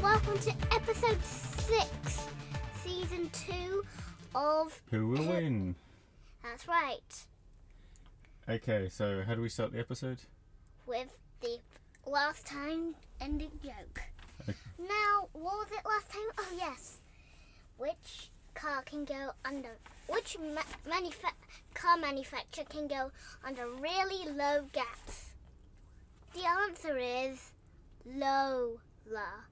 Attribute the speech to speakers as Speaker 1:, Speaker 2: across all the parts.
Speaker 1: Welcome to episode six, season two of.
Speaker 2: Who will win?
Speaker 1: That's right,
Speaker 2: Okay, so how do we start the episode?
Speaker 1: with the last time ending joke. Now, what was it last time? Oh, yes. Which car can go under. Which ma- manufa- car manufacturer can go under really low gaps? The answer is Lola.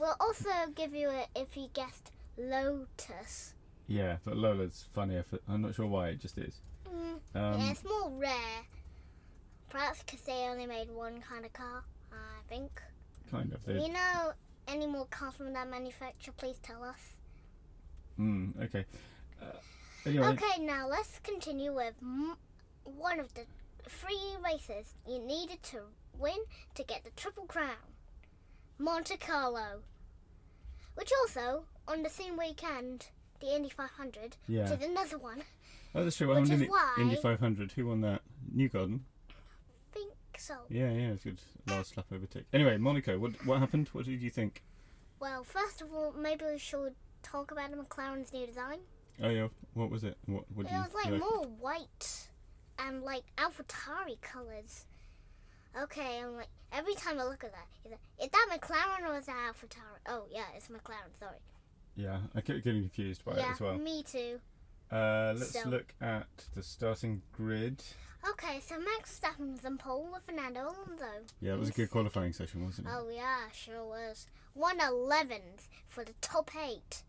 Speaker 1: we'll also give you it if you guessed Lotus.
Speaker 2: Yeah, but Lola's funnier. For, I'm not sure why, it just is.
Speaker 1: Mm,
Speaker 2: Um,
Speaker 1: yeah, it's more rare. Perhaps because they only made one kind of car, I think.
Speaker 2: Kind of.
Speaker 1: Do
Speaker 2: They,
Speaker 1: you know any more cars from that manufacturer? Please tell us.
Speaker 2: mm, okay. Uh, anyway,
Speaker 1: Okay, now let's continue with m- one of the three races you needed to win to get the Triple Crown Monte Carlo, which also, on the same weekend, the Indy 500,
Speaker 2: yeah.
Speaker 1: which is another one, I
Speaker 2: Oh, that's true. What
Speaker 1: which
Speaker 2: happened in
Speaker 1: is
Speaker 2: the Indy
Speaker 1: why-
Speaker 2: 500? Who won that? New Garden.
Speaker 1: think so.
Speaker 2: Yeah, yeah, it's good. Last lap overtake. Anyway, Monaco. What what happened? What did you think?
Speaker 1: Well, first of all, maybe we should talk about McLaren's new design.
Speaker 2: Oh yeah, what was it? What what
Speaker 1: It
Speaker 2: did you?
Speaker 1: was like
Speaker 2: you
Speaker 1: more white and like Alphatari colors. Okay, I'm like every time I look at that, is that, is that McLaren or is that Alphatari? Oh yeah, it's McLaren. Sorry.
Speaker 2: Yeah, I kept getting confused by
Speaker 1: yeah,
Speaker 2: it as well.
Speaker 1: me too.
Speaker 2: Uh, let's
Speaker 1: So-
Speaker 2: look at the starting grid.
Speaker 1: Okay, so Max Verstappen's in pole with Fernando Alonso.
Speaker 2: Yeah, it was a good qualifying session, wasn't it?
Speaker 1: Oh yeah, sure was. One eleventh for the top eight,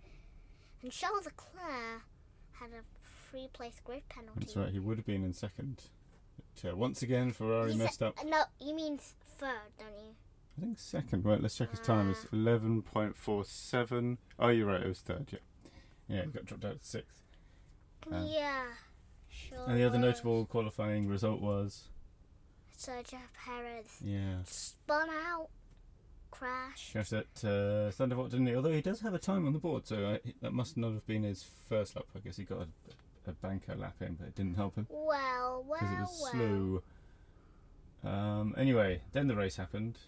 Speaker 1: and Charles Leclerc had a free place grid penalty.
Speaker 2: That's right. He would have been in second. But, uh, once again, Ferrari
Speaker 1: You said-
Speaker 2: messed up.
Speaker 1: Uh, No, you mean s- third, don't you?
Speaker 2: I think second. Right, let's check his time. It's eleven point four seven. Oh, you're right. It was third. Yeah, yeah. It got dropped out to sixth. Uh,
Speaker 1: yeah, sure.
Speaker 2: And the other
Speaker 1: was.
Speaker 2: notable qualifying result was
Speaker 1: Sergio Perez
Speaker 2: yeah.
Speaker 1: spun out, crashed.
Speaker 2: Gosh, that uh, Thunderbolt didn't he? Although he does have a time on the board, so I, that must not have been his first lap. I guess he got a, a banker lap in, but it didn't help him
Speaker 1: Well, well,
Speaker 2: because it was
Speaker 1: well.
Speaker 2: slow. Um, anyway, then the race happened.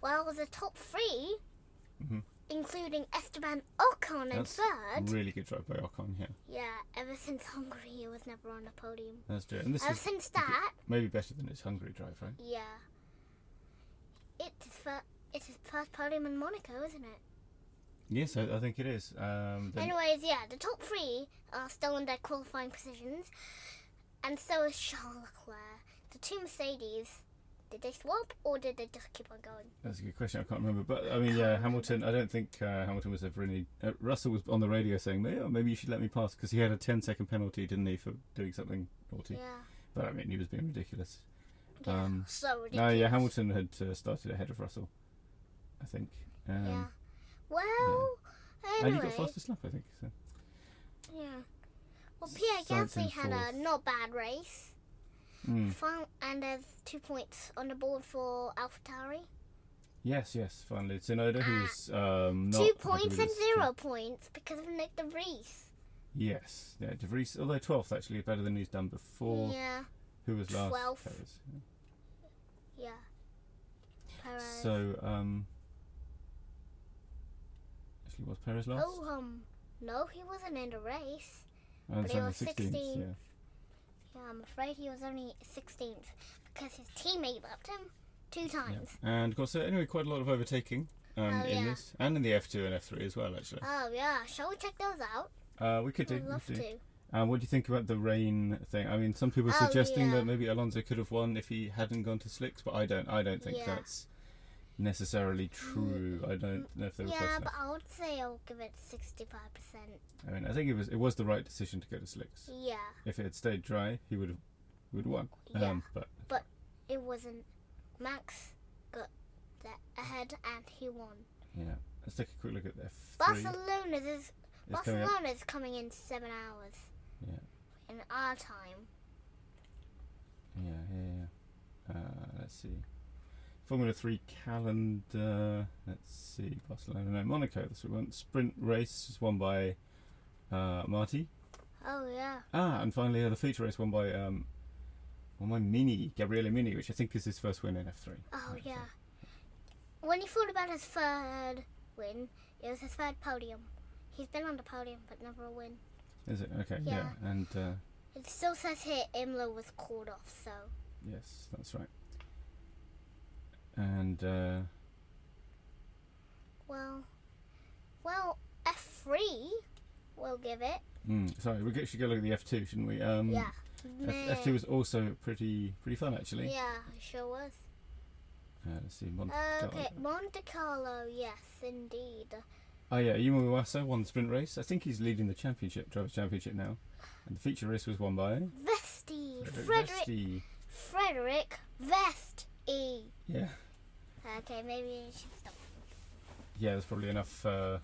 Speaker 1: Well, the top 3
Speaker 2: Mhm.
Speaker 1: including Esteban Ocon in
Speaker 2: That's
Speaker 1: third.
Speaker 2: really good drive by Ocon here.
Speaker 1: yeah, ever since Hungary, he was never on the podium.
Speaker 2: Let's do it. And this
Speaker 1: Ever
Speaker 2: is
Speaker 1: since that,
Speaker 2: maybe better than his Hungary drive, right?
Speaker 1: yeah. It's his fir- it's his first podium in Monaco, isn't it?
Speaker 2: Yes, I, I think it is. Um, then-
Speaker 1: Anyways, yeah, the top three are still in their qualifying positions, and so is Charles Leclerc. The two Mercedes, did they swap or did they just keep on going?
Speaker 2: That's a good question. I can't remember, but I mean, yeah, Hamilton. I don't think uh, Hamilton was ever really. Uh, Russell was on the radio saying, "Oh, maybe you should let me pass," because he had a 10-second penalty, didn't he, for doing something naughty?
Speaker 1: Yeah,
Speaker 2: But I mean, he was being ridiculous.
Speaker 1: yeah,
Speaker 2: Um,
Speaker 1: so ridiculous.
Speaker 2: No, yeah, Hamilton had uh, started ahead of Russell, I think. Um,
Speaker 1: yeah. Well,
Speaker 2: And he
Speaker 1: anyway,
Speaker 2: got fastest lap, I think. So.
Speaker 1: yeah. Well, Pierre
Speaker 2: Starts in
Speaker 1: Gasly had a
Speaker 2: fourth.
Speaker 1: not bad race,
Speaker 2: Mm.
Speaker 1: Fin- and there's two points on the board for AlphaTauri.
Speaker 2: Yes, yes. Finally, Tsunoda, who
Speaker 1: Ah.
Speaker 2: was um, not
Speaker 1: Two
Speaker 2: happy
Speaker 1: points
Speaker 2: with
Speaker 1: and
Speaker 2: his-
Speaker 1: zero points because of Nick De Vries.
Speaker 2: Yes, yeah. De Vries, although twelfth actually, better than he's done before.
Speaker 1: Yeah,
Speaker 2: Who was last?
Speaker 1: 12th.
Speaker 2: Perez.
Speaker 1: yeah. Perez.
Speaker 2: So, um, actually, was Perez last?
Speaker 1: Oh, um, no, he wasn't in the race.
Speaker 2: I'm
Speaker 1: but he
Speaker 2: sorry,
Speaker 1: was
Speaker 2: 16th,
Speaker 1: 16th.
Speaker 2: Yeah.
Speaker 1: Yeah, I'm afraid he was only 16th because his teammate left him two times.
Speaker 2: yeah. And of course, uh, anyway, quite a lot of overtaking um,
Speaker 1: Oh,
Speaker 2: in
Speaker 1: yeah.
Speaker 2: this, and in the F2 and F3 as well. Actually,
Speaker 1: Oh, yeah. Shall we check those out?
Speaker 2: uh, we could do.
Speaker 1: I'd love
Speaker 2: we could do.
Speaker 1: to.
Speaker 2: Uh, what do you think about the rain thing? I mean, some people are
Speaker 1: Oh,
Speaker 2: suggesting
Speaker 1: yeah.
Speaker 2: that maybe Alonso could have won if he hadn't gone to slicks, but I don't. I don't think
Speaker 1: Yeah. Mm,
Speaker 2: that's necessarily true. I don't know if they were close
Speaker 1: Yeah, but
Speaker 2: enough.
Speaker 1: I would say I'll give it 65%.
Speaker 2: I mean, I think it was it was the right decision to go to slicks.
Speaker 1: Yeah,
Speaker 2: If it had stayed dry, he would have would have won.
Speaker 1: Yeah.
Speaker 2: Um, but
Speaker 1: it wasn't. Max got the ahead and he won.
Speaker 2: yeah, let's take a quick look at the F3.
Speaker 1: Barcelona's is,
Speaker 2: It's coming up.
Speaker 1: Barcelona's coming in seven hours.
Speaker 2: Yeah.
Speaker 1: In our time.
Speaker 2: Yeah, yeah, yeah. Uh, let's see. Formula 3 calendar. Let's see. Barcelona, no, Monaco. This we want. Sprint race is won by uh, Marty.
Speaker 1: Oh, yeah.
Speaker 2: Ah, and finally, uh, the feature race won by um, won by Mini Gabriele Mini, which I think is his first win in F3.
Speaker 1: Oh,
Speaker 2: Right,
Speaker 1: yeah. when he thought about his third win, it was his third podium. He's been on the podium, but never a win.
Speaker 2: Is it? Okay, yeah.
Speaker 1: Yeah.
Speaker 2: And uh,
Speaker 1: It still says here Imla was called off, so
Speaker 2: yes, that's right. And uh,
Speaker 1: well, well, F three, we'll give it.
Speaker 2: mm, sorry, we should go look at the F2, shouldn't we? Um,
Speaker 1: yeah.
Speaker 2: F- F2 was also pretty pretty fun actually.
Speaker 1: Yeah, it sure was.
Speaker 2: Uh, let's see. Mon-
Speaker 1: Okay, Monte Carlo, yes, indeed.
Speaker 2: Oh yeah, Yuma Iwasa won the sprint race. I think he's leading the championship, drivers' championship now. And the feature race was won by
Speaker 1: Vesti, Frederick,
Speaker 2: Vesti.
Speaker 1: Frederick Vest E.
Speaker 2: Yeah,
Speaker 1: Okay, maybe you should stop.
Speaker 2: yeah. There's probably enough. Uh,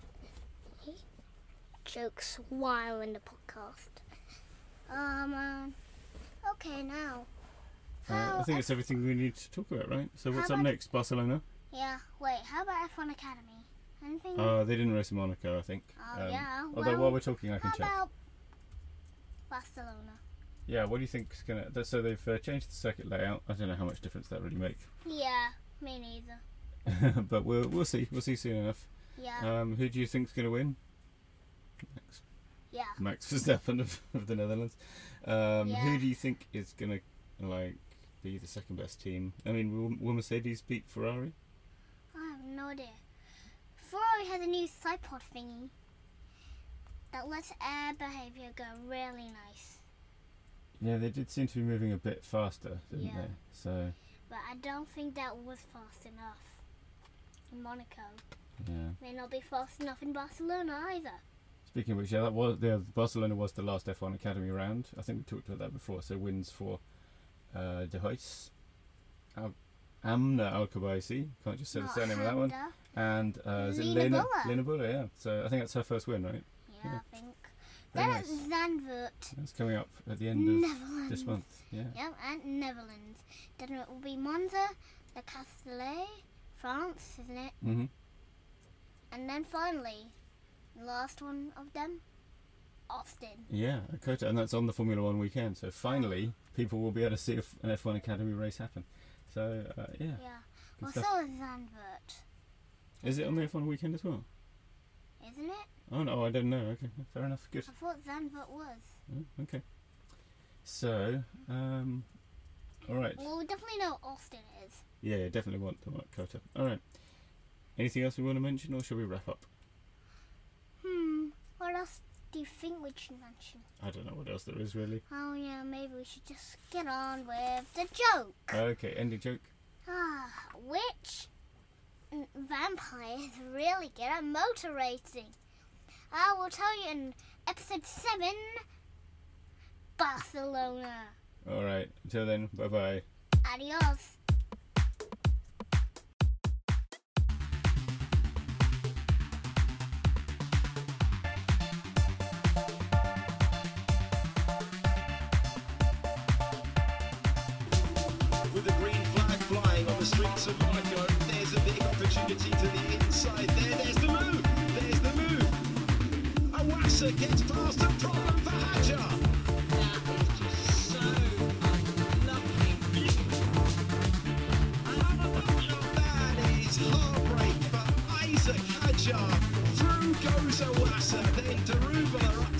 Speaker 1: jokes while in the podcast. Um, um, okay, now.
Speaker 2: uh,
Speaker 1: How
Speaker 2: I think that's everything we need to talk about, right? So what's
Speaker 1: Oh, How
Speaker 2: up
Speaker 1: much-
Speaker 2: next? Barcelona.
Speaker 1: yeah, wait, how about F1 Academy? Anything?
Speaker 2: Uh, they didn't race in Monaco, I think.
Speaker 1: Mm.
Speaker 2: Um,
Speaker 1: Oh, yeah,
Speaker 2: Although
Speaker 1: well,
Speaker 2: while we're talking, I
Speaker 1: how
Speaker 2: can check.
Speaker 1: about Barcelona?
Speaker 2: Yeah, what do you think's gonna? th- So they've uh, changed the circuit layout. I don't know how much difference that really makes,
Speaker 1: Yeah, me neither.
Speaker 2: but we'll we'll see. We'll see soon enough.
Speaker 1: Yeah,
Speaker 2: Um, who do you think's gonna win? Max,
Speaker 1: yeah.
Speaker 2: Max Verstappen of, of the Netherlands. Um, Who
Speaker 1: Yeah.
Speaker 2: do you think is gonna like be the second best team? I mean, will, will Mercedes beat Ferrari?
Speaker 1: I have no idea. Ferrari has a new tripod thingy that lets air behavior go really nice,
Speaker 2: Yeah, they did seem to be moving a bit faster, didn't
Speaker 1: Yeah.
Speaker 2: they? So
Speaker 1: but I don't think that was fast enough. In Monaco,
Speaker 2: yeah.
Speaker 1: may not be fast enough in Barcelona either.
Speaker 2: Speaking of which, yeah, that was the uh, Barcelona was the last F1 Academy round. I think we talked about that before. So wins for uh, De Hoyts, Al- Amna Alcabaisi, can't just say the
Speaker 1: Not
Speaker 2: surname of that one,
Speaker 1: Honda.
Speaker 2: and uh, is it
Speaker 1: Lina
Speaker 2: Lena
Speaker 1: Buller.
Speaker 2: Lena Buller, yeah. So I think that's her first win, right?
Speaker 1: Yeah,
Speaker 2: Yeah.
Speaker 1: I think. Then
Speaker 2: Very nice.
Speaker 1: at Zandvoort,
Speaker 2: That's coming up at the end of
Speaker 1: Netherlands.
Speaker 2: this month. Yeah,
Speaker 1: Yep, and Netherlands. Then it will be Monza, Le Castellet, France, isn't it?
Speaker 2: hmm
Speaker 1: And then finally, the last one of them, Austin.
Speaker 2: yeah. Kota, and that's on the Formula One weekend. So finally, people will be able to see a f- an F1 Academy race happen. So uh, yeah,
Speaker 1: Yeah.
Speaker 2: Good
Speaker 1: Well, so
Speaker 2: stuff.
Speaker 1: is Zandvoort,
Speaker 2: is it on the F1 weekend as well?
Speaker 1: isn't it?
Speaker 2: Oh no, I don't know. Okay, fair enough. Good.
Speaker 1: I thought Zandvoort was.
Speaker 2: Oh, Okay. So, um, all right.
Speaker 1: Well, we definitely know Austin is.
Speaker 2: Yeah, yeah, definitely want the Mark Carter. All right. Anything else we want to mention, or shall we wrap up?
Speaker 1: Hmm. What else do you think we should mention?
Speaker 2: I don't know what else there is really.
Speaker 1: Oh yeah, maybe we should just get on with the joke.
Speaker 2: Okay, ending joke.
Speaker 1: Ah, which n- vampire is really good at motor racing? I will tell you in episode 7 Barcelona.
Speaker 2: All right. Until then, bye bye.
Speaker 1: Adios.
Speaker 3: with the green flag flying on the streets of Monaco. There's a big opportunity to the inside there. There's the move. There's the move. Awasa gets past a problem for Hadjar.
Speaker 4: That is just so unlovely.
Speaker 3: That is heartbreak for Isaac Hadjar. Through goes Awasa, then Deruvala